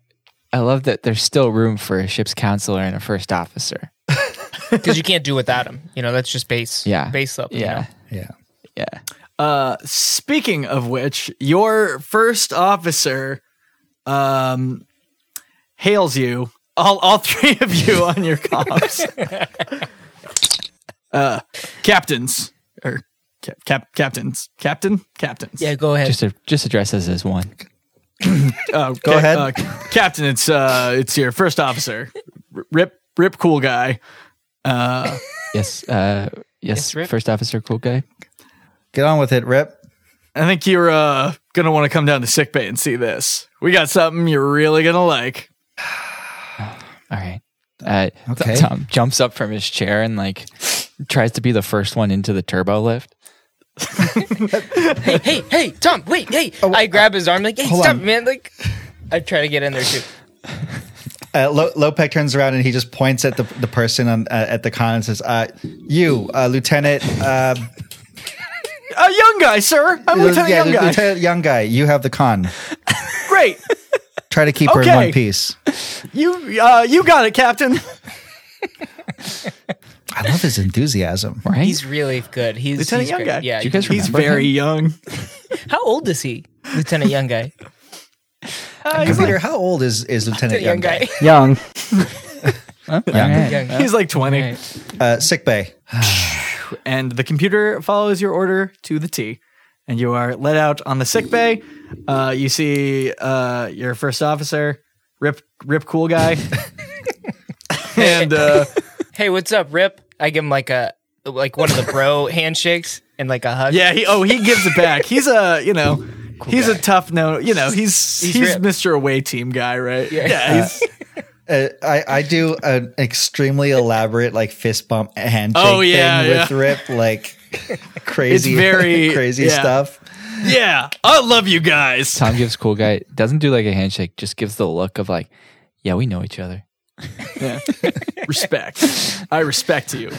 Speaker 3: I love that there's still room for a ship's counselor and a first officer.
Speaker 1: because you can't do without him. You know, that's just base.
Speaker 3: Yeah.
Speaker 1: base level. you know?
Speaker 3: Yeah.
Speaker 2: Yeah.
Speaker 3: Yeah.
Speaker 4: uh speaking of which your first officer um hails you all, all three of you on your comms uh captains or cap, cap captains captain captains
Speaker 1: yeah. Go ahead.
Speaker 3: Just a, just address us as one.
Speaker 4: Uh,
Speaker 2: Go
Speaker 4: ca-
Speaker 2: ahead.
Speaker 4: uh, captain it's uh it's your first officer R- rip rip cool guy
Speaker 3: Yes. Uh, yes.
Speaker 1: Yes, Rip.
Speaker 3: first officer, cool guy.
Speaker 2: Get on with it, Rip.
Speaker 4: I think you're uh, gonna want to come down to sick bay and see this. We got something you're really gonna like.
Speaker 3: All right. Uh,
Speaker 2: Okay.
Speaker 3: okay. Tom jumps up from his chair and like tries to be the first one into the turbo lift.
Speaker 1: hey, hey, hey, Tom, wait, hey! I grab his arm like, hey,
Speaker 2: Oh, hold
Speaker 1: stop,
Speaker 2: on.
Speaker 1: man! Like, I try to get in there too.
Speaker 2: Uh, Lo- Lopek turns around and he just points at the, the person on, uh, at the con and says, uh, "You, uh, Lieutenant, uh,
Speaker 4: A young guy, sir. I'm Lieutenant
Speaker 2: yeah,
Speaker 4: Young Guy.
Speaker 2: Lieutenant Young Guy, you have the con.
Speaker 4: Great.
Speaker 2: Try to keep her in
Speaker 4: Okay.
Speaker 2: one piece."
Speaker 4: You uh, you got it, Captain.
Speaker 2: I love his enthusiasm.
Speaker 3: Right?
Speaker 1: He's really good. He's
Speaker 4: Lieutenant
Speaker 1: he's
Speaker 4: Young
Speaker 1: great.
Speaker 4: Guy.
Speaker 1: Yeah,
Speaker 3: Do you guys
Speaker 4: He's
Speaker 3: remember
Speaker 4: very
Speaker 3: him?
Speaker 4: young.
Speaker 1: How old is he, Lieutenant Young Guy?
Speaker 4: Uh, he's,
Speaker 2: Peter,
Speaker 4: like,
Speaker 2: how old is, is Lieutenant Young Guy?
Speaker 3: young. Huh?
Speaker 2: Young.
Speaker 3: All right.
Speaker 1: Young.
Speaker 4: he's like 20.
Speaker 2: Uh, sick bay.
Speaker 4: And the computer follows your order to the T. And you are let out on the sick bay. Uh, you see uh, your first officer, Rip Rip Cool Guy. and uh,
Speaker 1: Hey, what's up, Rip? I give him like a like one of the bro handshakes and like a hug.
Speaker 4: yeah, he oh he gives it back. He's a you know he's a tough no you know he's he's,
Speaker 1: Rip.
Speaker 4: Mr. Away Team guy right yeah, he's,
Speaker 2: Uh, I, I do an extremely elaborate like fist bump handshake
Speaker 4: Oh, yeah,
Speaker 2: thing with
Speaker 4: yeah.
Speaker 2: Rip, like crazy,
Speaker 4: very-
Speaker 2: crazy
Speaker 4: yeah.
Speaker 2: stuff.
Speaker 4: yeah I love you guys.
Speaker 3: Tom gives cool guy doesn't do like a handshake, just gives the look of like, yeah, we know each other.
Speaker 4: Yeah. respect. I respect you.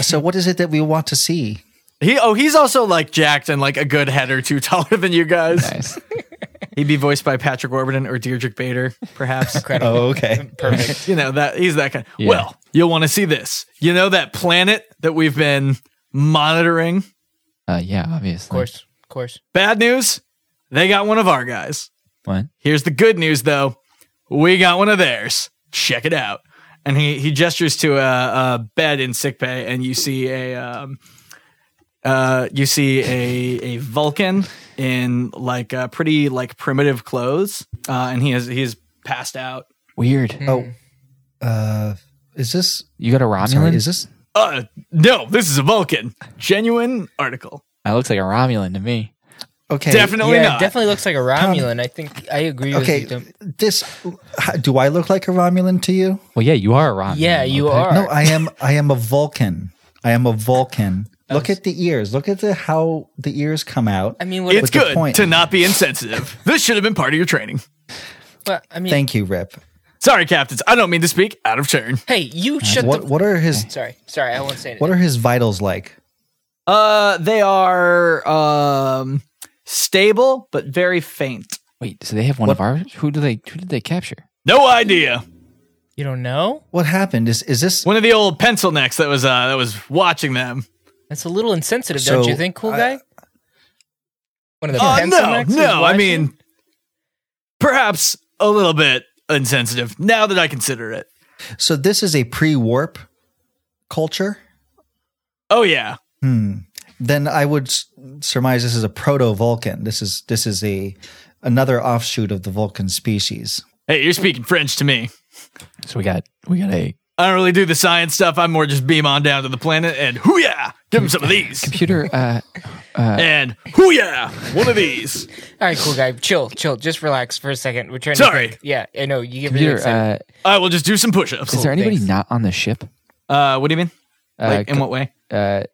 Speaker 2: So, what is it that we want to see?
Speaker 4: He oh he's also like jacked and like a good head or two taller than you guys.
Speaker 3: Nice.
Speaker 4: He'd be voiced by Patrick Warburton or Deirdre Bader, perhaps.
Speaker 1: Incredible.
Speaker 2: Oh, okay.
Speaker 1: Perfect.
Speaker 4: you know that he's that kind.
Speaker 3: Yeah.
Speaker 4: Well, you'll want to see this. You know that planet that we've been monitoring.
Speaker 3: Uh, yeah, obviously.
Speaker 1: Of course. Of course.
Speaker 4: Bad news, they got one of our guys.
Speaker 3: What?
Speaker 4: Here's the good news though, we got one of theirs. Check it out. And he he gestures to a, a bed in sickbay, and you see a um, uh, you see a a Vulcan in like uh, pretty like primitive clothes, uh, and he is he is passed out.
Speaker 3: Weird.
Speaker 2: Oh, uh, is this?
Speaker 3: You got a Romulan?
Speaker 2: Sorry, is this?
Speaker 4: Uh, no, this is a Vulcan. Genuine article.
Speaker 3: that looks like a Romulan to me.
Speaker 2: Okay,
Speaker 4: Definitely
Speaker 1: yeah,
Speaker 4: not.
Speaker 1: it definitely looks like a Romulan. I think I agree with
Speaker 2: Okay,
Speaker 1: you. Dom-
Speaker 2: this. Do I look like a Romulan to you?
Speaker 3: Well, yeah, you are a Romulan.
Speaker 1: Yeah, you
Speaker 3: Lopez.
Speaker 1: are.
Speaker 2: No, I am. I am a Vulcan. I am a Vulcan. Look at the ears. Look at the how the ears come out.
Speaker 1: I mean, what?
Speaker 4: it's
Speaker 2: with the
Speaker 4: good
Speaker 2: point.
Speaker 4: to not be insensitive. this should have been part of your training.
Speaker 1: what- I mean,
Speaker 2: Thank you, Rip.
Speaker 4: Sorry, captains. I don't mean to speak out of turn.
Speaker 1: hey, you shut
Speaker 2: What
Speaker 1: the.
Speaker 2: What are his
Speaker 1: sorry, sorry, I won't say it.
Speaker 2: What are his vitals like?
Speaker 4: Uh, they are um stable but very faint.
Speaker 3: Wait, so they have one of ours? Who do they? Who did they capture?
Speaker 4: No idea.
Speaker 1: you don't know?
Speaker 2: What happened? Is is this
Speaker 4: One of the old pencil necks that was uh that was watching them.
Speaker 1: That's a little insensitive,
Speaker 2: So,
Speaker 1: don't you think, cool guy? One of the
Speaker 4: Oh
Speaker 1: pencil
Speaker 4: no,
Speaker 1: necks is
Speaker 4: no. I
Speaker 1: watching?
Speaker 4: mean, perhaps a little bit insensitive. Now that I consider it.
Speaker 2: so? This is a pre-warp culture.
Speaker 4: Oh yeah.
Speaker 2: Then I would s- surmise this is a proto-Vulcan. This is this is a another offshoot of the Vulcan species.
Speaker 4: Hey, you're speaking French to me.
Speaker 3: So we got we got a
Speaker 4: I don't really do the science stuff. I'm more just beam on down to the planet and hoo yeah, give him some of these.
Speaker 3: computer. Uh,
Speaker 4: And hoo yeah, one of these.
Speaker 1: all right, cool guy, chill, chill, just relax for a second. We're trying.
Speaker 4: Sorry.
Speaker 1: to think. Yeah, I know you get really
Speaker 3: computer.
Speaker 1: excited.
Speaker 3: Uh,
Speaker 4: I will just do some push ups.
Speaker 3: is there anybody not on the ship?
Speaker 4: Uh, what do you mean? Like,
Speaker 3: c-
Speaker 4: in what way?
Speaker 3: Uh,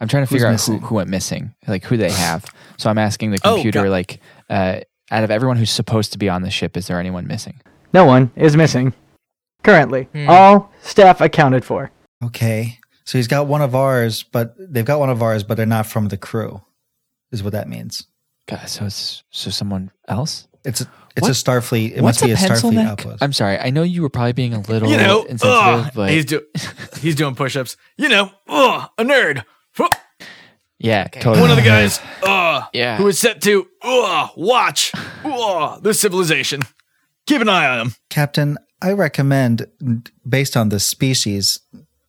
Speaker 3: I'm trying to figure out who,
Speaker 2: missing?
Speaker 3: who went missing, like who they have. So I'm asking the
Speaker 4: Oh,
Speaker 3: computer,
Speaker 4: got-
Speaker 3: like, uh, out of everyone who's supposed to be on the ship, is there anyone missing?
Speaker 10: No one is missing. Currently, all staff accounted for.
Speaker 2: Okay, so he's got one of ours, but they've got one of ours, but they're not from the crew. Is what that means.
Speaker 3: God, so it's so someone else.
Speaker 2: It's a, it's
Speaker 3: What-
Speaker 2: a Starfleet. It
Speaker 3: What's
Speaker 2: must be a,
Speaker 3: pencil
Speaker 2: Starfleet
Speaker 3: neck?
Speaker 2: outpost.
Speaker 3: I'm sorry. I know you were probably being a little
Speaker 4: You know,
Speaker 3: insensitive,
Speaker 4: ugh,
Speaker 3: but
Speaker 4: he's, do- he's doing push ups. You know, ugh, a nerd. Whoop,
Speaker 3: yeah, totally.
Speaker 4: One of the guys uh,
Speaker 3: Yeah.
Speaker 4: who is set to uh, watch uh, this civilization. Keep an eye on him.
Speaker 2: Captain, I recommend, based on the species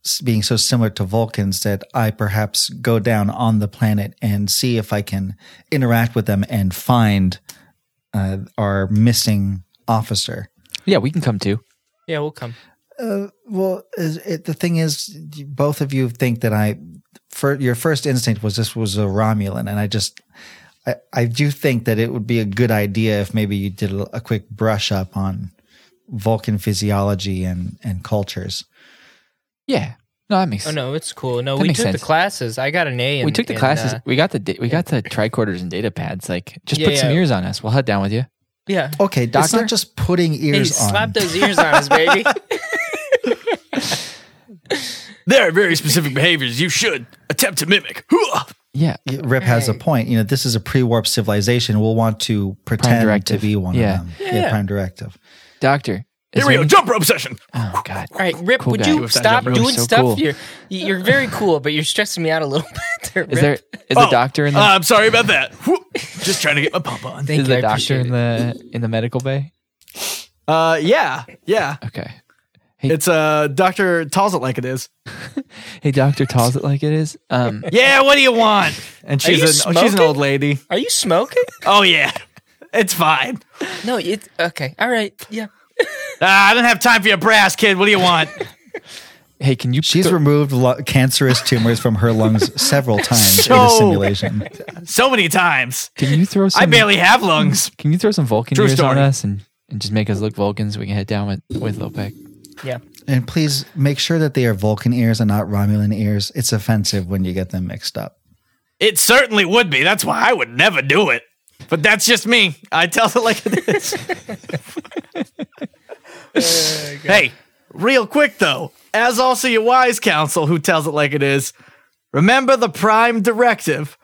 Speaker 2: s- being so similar to Vulcans, that I perhaps go down on the planet and see if I can interact with them and find uh, our missing officer.
Speaker 3: Yeah, we can come too.
Speaker 1: yeah, we'll come.
Speaker 2: Well, is it, the thing is, both of you think that I, for your first instinct was this was a Romulan, and I just. I, I do think that it would be a good idea if maybe you did a, a quick brush up on Vulcan physiology and, and cultures.
Speaker 3: Yeah, no, that makes.
Speaker 1: Oh no, it's cool. No,
Speaker 3: That
Speaker 1: we took
Speaker 3: makes
Speaker 1: the
Speaker 3: sense.
Speaker 1: classes. I got an A. In,
Speaker 3: we took the
Speaker 1: in,
Speaker 3: classes.
Speaker 1: uh,
Speaker 3: we got the da- we got the tricorders and data pads. Like, just
Speaker 1: Yeah,
Speaker 3: put some
Speaker 1: yeah.
Speaker 3: ears on us. We'll head down with you.
Speaker 1: Yeah.
Speaker 2: Okay, doctor. It's
Speaker 3: Doctor?
Speaker 2: not just putting
Speaker 1: He
Speaker 2: ears on.
Speaker 1: slapped those ears on his baby.
Speaker 4: There are very specific behaviors you should attempt to mimic. Hooah!
Speaker 3: Yeah.
Speaker 2: Rip has a point. You know, this is a pre-warp civilization. We'll want to pretend to
Speaker 3: directive.
Speaker 2: be one
Speaker 3: Yeah.
Speaker 2: of them. Yeah, prime directive.
Speaker 3: Doctor. is
Speaker 4: Here we
Speaker 3: there
Speaker 4: go,
Speaker 3: any-
Speaker 4: jump rope session.
Speaker 3: Oh, God.
Speaker 1: All right, Rip,
Speaker 3: Cool
Speaker 1: would
Speaker 3: guy.
Speaker 1: you
Speaker 3: You
Speaker 4: have
Speaker 1: stop
Speaker 4: that job.
Speaker 1: doing
Speaker 3: Rip's so
Speaker 1: stuff?
Speaker 3: cool.
Speaker 1: You're you're very cool, but you're stressing me out a little bit. There, Rip.
Speaker 3: Is there is
Speaker 4: Oh,
Speaker 3: a doctor in the
Speaker 4: uh, I'm sorry about that. Whoop. Just trying to get my pump on.
Speaker 1: Thank
Speaker 3: is
Speaker 1: you,
Speaker 3: there a
Speaker 1: I
Speaker 3: doctor
Speaker 1: appreciate
Speaker 3: in
Speaker 1: it.
Speaker 3: the in the medical bay?
Speaker 4: Uh, yeah, yeah.
Speaker 3: Okay.
Speaker 4: It's uh, Doctor tells it like it is.
Speaker 3: Hey, doctor tells it like it is. Um,
Speaker 4: Yeah, what do you want? And she's
Speaker 1: you
Speaker 4: an she's an
Speaker 1: smoking?
Speaker 4: old lady.
Speaker 1: Are you smoking?
Speaker 4: Oh yeah, it's fine.
Speaker 1: No, it's okay. All right, yeah.
Speaker 4: Ah, I don't have time for your brass, kid. What do you want?
Speaker 3: hey, can you?
Speaker 2: She's removed lo- cancerous tumors from her lungs several times in the
Speaker 4: So-
Speaker 2: simulation.
Speaker 4: so many times.
Speaker 3: can you throw? Some,
Speaker 4: I barely have lungs.
Speaker 3: Can you throw some Vulcan
Speaker 4: True
Speaker 3: ears on
Speaker 4: story.
Speaker 3: us and, and just make us look Vulcans? We can head down with with Lopec.
Speaker 1: Yeah.
Speaker 2: And please make sure that they are Vulcan ears and not Romulan ears. It's offensive when you get them mixed up.
Speaker 4: It certainly would be. That's why I would never do it. But that's just me. I tell it like it is. hey, real quick though, as also your wise counsel who tells it like it is, remember the prime directive.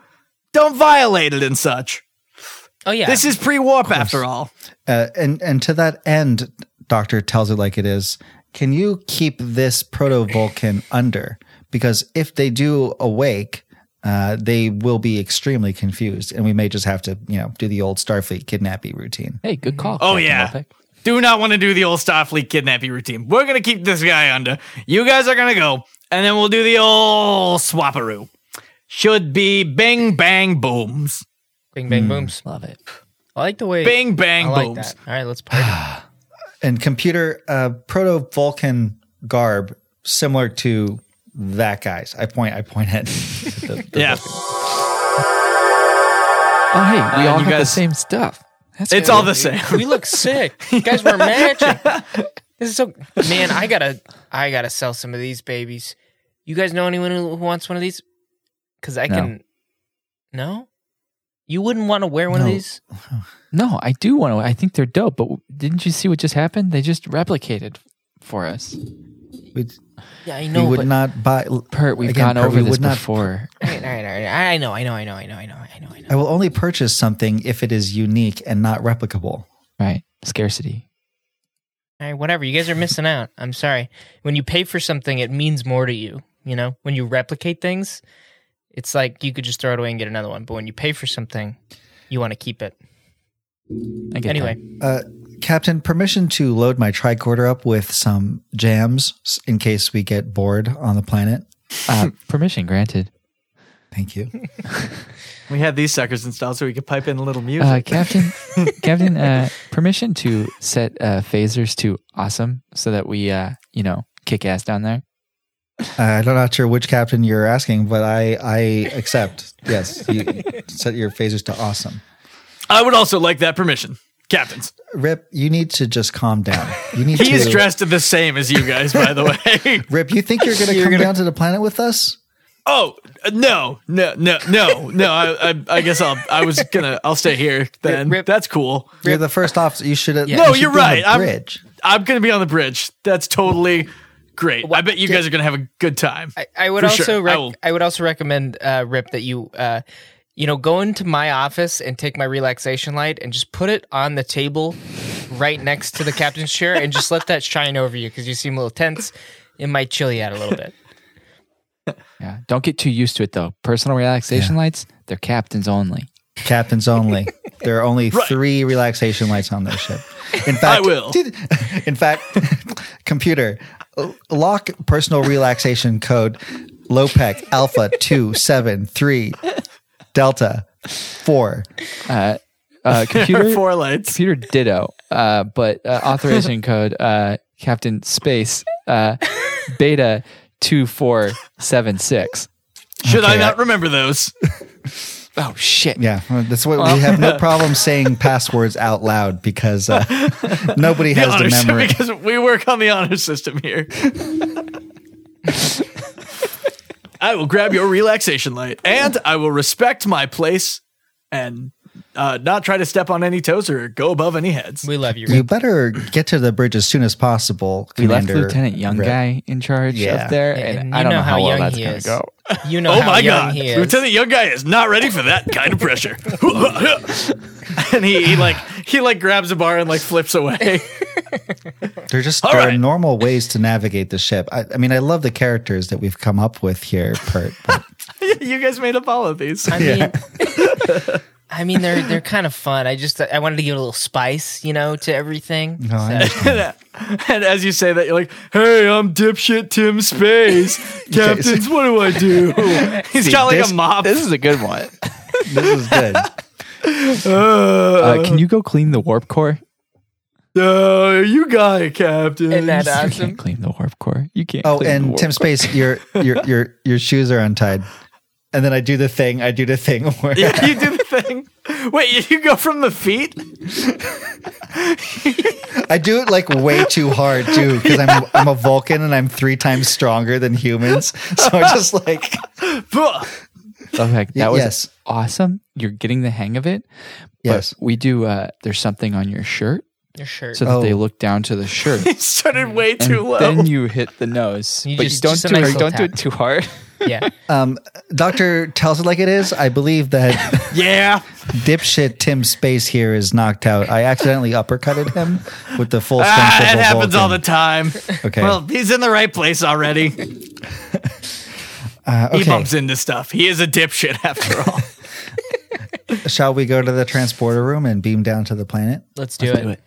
Speaker 4: Don't violate it and such.
Speaker 1: Oh yeah.
Speaker 4: This is pre warp after all.
Speaker 2: Uh, and and to that end, Doctor tells it like it is. Can you keep this proto Vulcan under? Because if they do awake, uh, they will be extremely confused, and we may just have to, you know, do the old Starfleet kidnapping routine.
Speaker 3: Hey, good call.
Speaker 4: Oh,
Speaker 3: Captain
Speaker 4: yeah.
Speaker 3: Lopec.
Speaker 4: Do not want to do the old Starfleet kidnapping routine. We're going to keep this guy under. You guys are going to go, and then we'll do the old swapperoo. Should be bing, bang, booms.
Speaker 1: Bing bang booms.
Speaker 3: Love it.
Speaker 1: I like the way.
Speaker 4: Bing, bang,
Speaker 1: I like
Speaker 4: booms.
Speaker 1: that. All right, let's party.
Speaker 2: And computer uh, proto Vulcan garb similar to that guy's. I point. I point at. the- the
Speaker 4: Yeah.
Speaker 3: Oh, hey, we
Speaker 4: Uh,
Speaker 3: all
Speaker 4: you
Speaker 3: have the
Speaker 4: guys-
Speaker 3: same stuff. That's
Speaker 4: It's
Speaker 3: good.
Speaker 4: all the same.
Speaker 1: we look sick. You guys were matching. This is so man. I gotta I gotta sell some of these babies. You guys know anyone who who wants one of these? Because I
Speaker 3: No.
Speaker 1: can. No. You wouldn't want to wear one of
Speaker 2: No.
Speaker 1: these.
Speaker 3: No, I do want to. I think they're dope. But w- didn't you see what just happened? They just replicated for us.
Speaker 2: we
Speaker 1: Yeah, I
Speaker 2: we
Speaker 1: know.
Speaker 2: would
Speaker 1: but,
Speaker 2: not buy.
Speaker 3: Pert, we've
Speaker 2: Again,
Speaker 3: gone
Speaker 2: Pert,
Speaker 3: over
Speaker 2: we
Speaker 3: this
Speaker 2: would not-
Speaker 3: before.
Speaker 1: All right, all right, all right. I know, I know, I know, I know, I know, I know, I know.
Speaker 2: I will only purchase something if it is unique and not replicable.
Speaker 3: Right? Scarcity.
Speaker 1: All right, whatever. You guys are missing out. I'm sorry. When you pay for something, it means more to you. You know, when you replicate things, it's like you could just throw it away and get another one. But when you pay for something, you want to keep it.
Speaker 3: I get
Speaker 1: Anyway,
Speaker 2: Uh, Captain, permission to load my tricorder up with some jams s- in case we get bored on the planet.
Speaker 3: that. Uh, permission granted.
Speaker 2: Thank you.
Speaker 4: We had these suckers installed so we could pipe in a little music.
Speaker 3: Uh, Captain, Captain, uh, permission to set uh, phasers to awesome so that we, uh, you know, kick ass down there.
Speaker 2: Uh, I'm not sure which captain you're asking, but I I accept. Yes, you set your phasers to awesome.
Speaker 4: I would also like that permission. Captains.
Speaker 2: Rip, you need to just calm down. You need
Speaker 4: He
Speaker 2: to.
Speaker 4: is dressed the same as you guys, by the way.
Speaker 2: Rip, you think you're going to come down to the planet with us?
Speaker 4: oh, no, no, no, no, no. I, I, I guess I'll, I was going to, I'll stay here then.
Speaker 1: Rip-
Speaker 4: That's cool.
Speaker 2: You're the first officer. You should. have
Speaker 4: No, you're right.
Speaker 2: On
Speaker 4: I'm-
Speaker 2: the bridge.
Speaker 4: I'm gonna be on the bridge. That's totally great. I bet you guys are gonna have a good time.
Speaker 1: I, I would
Speaker 4: For
Speaker 1: also
Speaker 4: sure.
Speaker 1: rec-
Speaker 4: I
Speaker 1: I,
Speaker 4: will-
Speaker 1: would also recommend uh, Rip that you uh, you know go into my office and take my relaxation light and just put it on the table right next to the captain's chair and just let that shine over you because you seem a little tense. It might chill you out a little bit.
Speaker 3: Yeah. Don't get too used to it though. Personal relaxation lights, they're captains only.
Speaker 2: Captains only. There are only
Speaker 4: Right.
Speaker 2: three relaxation lights on this ship. In fact,
Speaker 4: will.
Speaker 2: In fact, computer l- lock personal relaxation code Lopec E Alpha two seven three Delta four.
Speaker 3: Uh, computer
Speaker 4: Four lights.
Speaker 3: computer ditto. Uh, but uh, authorization code uh, Captain Space uh, Beta two four seven six.
Speaker 4: Should I not remember those?
Speaker 3: Oh shit.
Speaker 2: Yeah, well, that's what we have no problem saying passwords out loud because uh, nobody
Speaker 4: The
Speaker 2: has
Speaker 4: honor
Speaker 2: the
Speaker 4: system,
Speaker 2: memory.
Speaker 4: because we work on the honor system here. I will grab your relaxation light, and I will respect my place and uh, not try to step on any toes or go above any heads.
Speaker 1: We love you.
Speaker 2: You better get to the bridge as soon as possible.
Speaker 3: We left
Speaker 2: Commander
Speaker 3: Lieutenant Young
Speaker 2: Rip.
Speaker 3: Guy in charge
Speaker 2: Yeah.
Speaker 3: up there,
Speaker 1: And-
Speaker 3: and,
Speaker 1: and
Speaker 3: I
Speaker 1: you
Speaker 3: don't know,
Speaker 1: know
Speaker 3: how,
Speaker 1: how
Speaker 3: well
Speaker 1: young
Speaker 3: that's
Speaker 1: he
Speaker 3: gonna
Speaker 1: is.
Speaker 3: go.
Speaker 1: You know
Speaker 4: Oh
Speaker 1: how
Speaker 4: my
Speaker 1: young
Speaker 4: God,
Speaker 1: he is.
Speaker 4: Lieutenant Young Guy is not ready for that kind of pressure. and he, he like he like grabs a bar and like flips away.
Speaker 2: They're just
Speaker 4: All
Speaker 2: there are
Speaker 4: right.
Speaker 2: normal ways to navigate the ship. I, I mean, I love the characters that we've come up with here, Pert. but
Speaker 4: you guys made up all of these.
Speaker 1: I mean, I mean, they're they're kind of fun. I just I wanted to give a little spice, you know, to everything.
Speaker 2: no, I
Speaker 1: So-
Speaker 2: understand.
Speaker 4: And as you say that, you're like, "Hey, I'm dipshit Tim Space, captains. What do I do?" He's got like
Speaker 2: this-
Speaker 4: a mop.
Speaker 3: This is a good one.
Speaker 2: this is good.
Speaker 3: Uh, can you go clean the warp core?
Speaker 4: Uh, you got it, captain.
Speaker 1: Isn't that uh,
Speaker 3: You
Speaker 1: awesome?
Speaker 3: can't clean the warp core. You can't.
Speaker 2: Oh,
Speaker 3: clean the
Speaker 2: and
Speaker 3: warp
Speaker 2: Tim
Speaker 3: core.
Speaker 2: Space, your your your your shoes are untied, and then I do the thing. I do the thing where
Speaker 4: you do the thing. Wait, you- you go from the feet?
Speaker 2: I do it like way too hard too, because I'm I'm a Vulcan and I'm three times stronger than humans. So I just like
Speaker 4: Buh.
Speaker 3: Okay,
Speaker 2: Y-
Speaker 3: that was
Speaker 2: yes.
Speaker 3: awesome. You're getting the hang of it. But
Speaker 2: Yes.
Speaker 3: we do. Uh, there's something on your shirt,
Speaker 1: uh, Your shirt.
Speaker 3: so that they
Speaker 2: Oh.
Speaker 3: look down to the shirt.
Speaker 4: It started way
Speaker 3: and
Speaker 4: too low.
Speaker 3: Then you hit the nose,
Speaker 1: You
Speaker 3: but
Speaker 1: just-
Speaker 3: you don't
Speaker 1: just a
Speaker 3: do
Speaker 1: nice
Speaker 3: it.
Speaker 1: little
Speaker 3: Don't do it
Speaker 1: tap.
Speaker 3: too hard.
Speaker 1: yeah.
Speaker 2: um, Doctor tells it like it is. I believe that
Speaker 4: yeah.
Speaker 2: dipshit Tim Space here is knocked out. I accidentally uppercutted him with the full strength
Speaker 4: Ah,
Speaker 2: of
Speaker 4: it
Speaker 2: a
Speaker 4: happens
Speaker 2: Vulcan.
Speaker 4: all the time.
Speaker 2: Okay.
Speaker 4: Well, he's in the right place already.
Speaker 2: Uh,
Speaker 4: He bumps
Speaker 2: okay.
Speaker 4: into stuff. He is a dipshit after all.
Speaker 2: Shall we go to the transporter room and beam down to the planet?
Speaker 1: Let's do it.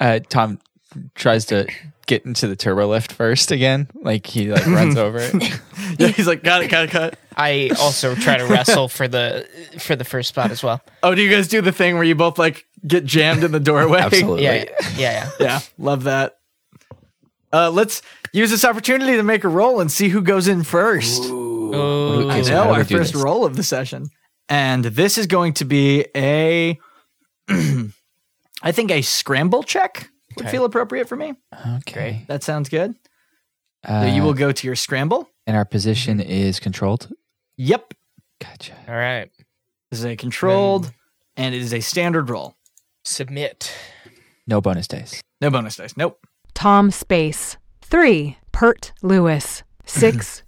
Speaker 3: Uh, Tom tries to get into the turbo lift first again. Like he like runs over it.
Speaker 4: yeah, he's like, got it, got it, got it.
Speaker 1: I also try to wrestle for the for the first spot as well.
Speaker 4: Oh, do you guys do the thing where you both like get jammed in the doorway?
Speaker 3: Absolutely.
Speaker 1: Yeah, yeah, yeah. yeah.
Speaker 4: Yeah, love that. Uh, let's use this opportunity to make a roll and see who goes in first.
Speaker 1: Ooh.
Speaker 4: I
Speaker 3: So
Speaker 4: know
Speaker 3: how do we
Speaker 4: our
Speaker 3: do
Speaker 4: first
Speaker 3: this?
Speaker 4: roll of the session, and this is going to be a, I think a scramble check would
Speaker 1: Okay.
Speaker 4: feel appropriate for me.
Speaker 3: Okay.
Speaker 4: That sounds good.
Speaker 3: Uh,
Speaker 4: so you will go to your scramble.
Speaker 3: And our position is controlled.
Speaker 4: Yep,
Speaker 3: Gotcha.
Speaker 1: All right.
Speaker 4: this is a controlled, and it is a standard roll.
Speaker 1: Submit.
Speaker 3: No bonus days.
Speaker 4: No bonus dice. Nope.
Speaker 9: Tom Space. 3. Pert Lewis. 6.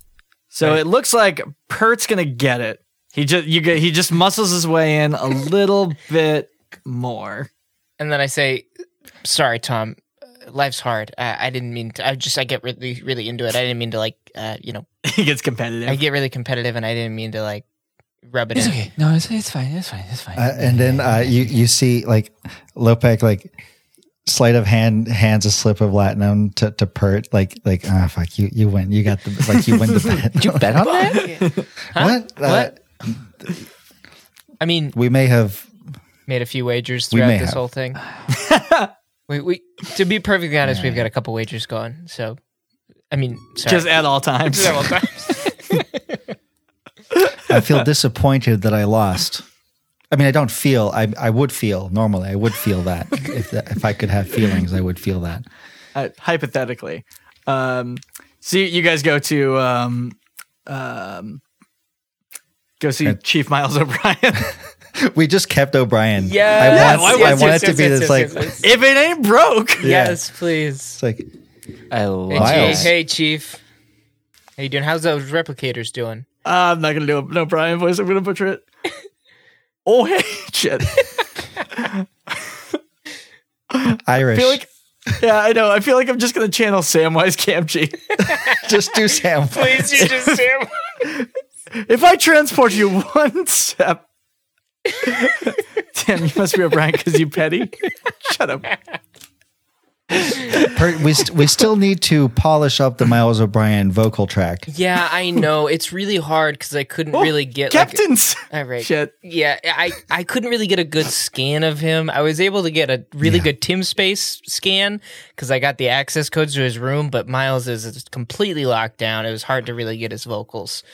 Speaker 4: So it looks like Pert's gonna get it. He just you get, he just muscles his way in a little bit more.
Speaker 1: And then I say, "Sorry, Tom. Uh, Life's hard. I, I didn't mean. To, I just I get really really into it. I didn't mean to like. Uh, you know,
Speaker 4: He gets competitive.
Speaker 1: I get really competitive, and I didn't mean to like rub it
Speaker 3: It's
Speaker 1: in.
Speaker 3: okay. No, it's, it's fine. It's fine. It's fine.
Speaker 2: Uh, and then uh, you you see like Lopek like sleight of hand hands a slip of latinum to, to Pert like like ah fuck you you win you got the like you win the bet
Speaker 3: Did you bet on that?
Speaker 2: what Uh,
Speaker 1: What? I mean,
Speaker 2: we may have
Speaker 1: made a few wagers
Speaker 2: We
Speaker 1: throughout
Speaker 2: may
Speaker 1: this
Speaker 2: have.
Speaker 1: whole thing. we, we, to be perfectly honest, we've got a couple wagers going. So, I mean, sorry.
Speaker 4: just at all times.
Speaker 1: Several times.
Speaker 2: I feel disappointed that I lost. I mean I don't feel I I would feel normally I would feel that if that, if I could have feelings I would feel that
Speaker 4: uh, hypothetically. Um, so you, you guys go to um, um, go see
Speaker 2: Okay.
Speaker 4: Chief Miles O'Brien. if
Speaker 2: we just kept O'Brien
Speaker 1: Yes.
Speaker 2: I
Speaker 1: Yes,
Speaker 2: want
Speaker 1: yes,
Speaker 2: I want
Speaker 1: yes,
Speaker 2: it to
Speaker 1: yes,
Speaker 2: be
Speaker 1: yes,
Speaker 2: this
Speaker 1: yes,
Speaker 2: like
Speaker 1: yes, yes.
Speaker 4: it ain't broke,
Speaker 2: yeah.
Speaker 1: Yes, please.
Speaker 2: it's like
Speaker 3: I
Speaker 1: Hey,
Speaker 3: love
Speaker 2: Miles.
Speaker 1: chief.
Speaker 3: it.
Speaker 1: hey, Chief. How you doing? How's those replicators doing?
Speaker 4: Uh, I'm not gonna do an O'Brien voice. I'm gonna butcher it. Oh hey, shit. I
Speaker 2: Irish
Speaker 4: feel like, yeah, I know. I feel like I'm just gonna channel Samwise Gamgee.
Speaker 2: just do Sam
Speaker 1: Please, you just Sam.
Speaker 4: If I transport you one step, Tim, you must be O'Brien because you petty. Shut up.
Speaker 2: Per- we st- we still need to polish up the Miles O'Brien vocal track.
Speaker 1: Yeah, I know. It's really hard because I couldn't really get like,
Speaker 4: Captains.
Speaker 1: All right.
Speaker 4: Shit.
Speaker 1: Yeah, I, I couldn't really get a good scan of him. I was able to get a really good Tim Space scan because I got the access codes to his room, but Miles is is completely locked down. It was hard to really get his vocals.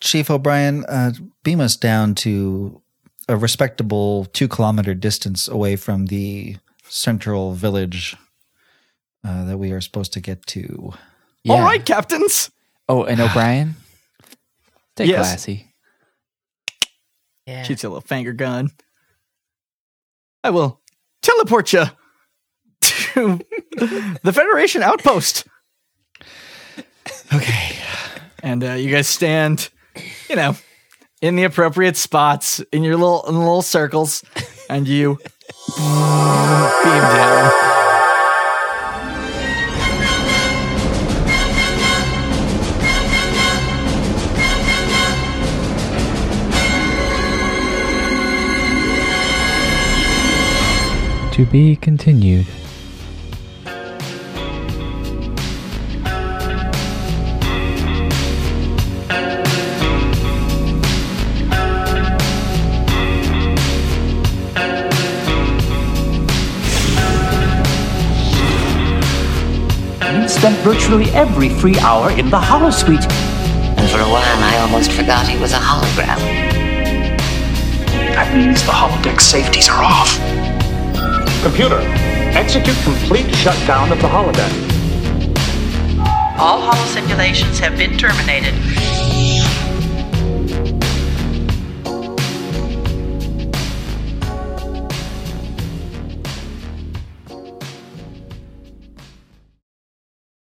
Speaker 2: Chief O'Brien, uh, beam us down to a respectable two kilometer distance away from the central village uh, that we are supposed to get to.
Speaker 3: Yeah.
Speaker 4: All right, captains.
Speaker 3: Oh, and O'Brien? Stay
Speaker 4: Yes.
Speaker 3: classy.
Speaker 1: Yeah.
Speaker 4: Shoots you a little finger gun. I will teleport you to the Federation outpost.
Speaker 11: Okay.
Speaker 4: And uh, you guys stand, you know, in the appropriate spots in your little in little circles, and you beam down.
Speaker 3: To be continued.
Speaker 9: We've spent virtually every free hour in the holosuite.
Speaker 12: And for a while, I almost forgot he was a hologram.
Speaker 6: That means the holodeck safeties are off. Computer, execute complete shutdown of the holodeck.
Speaker 8: All holo simulations have been terminated.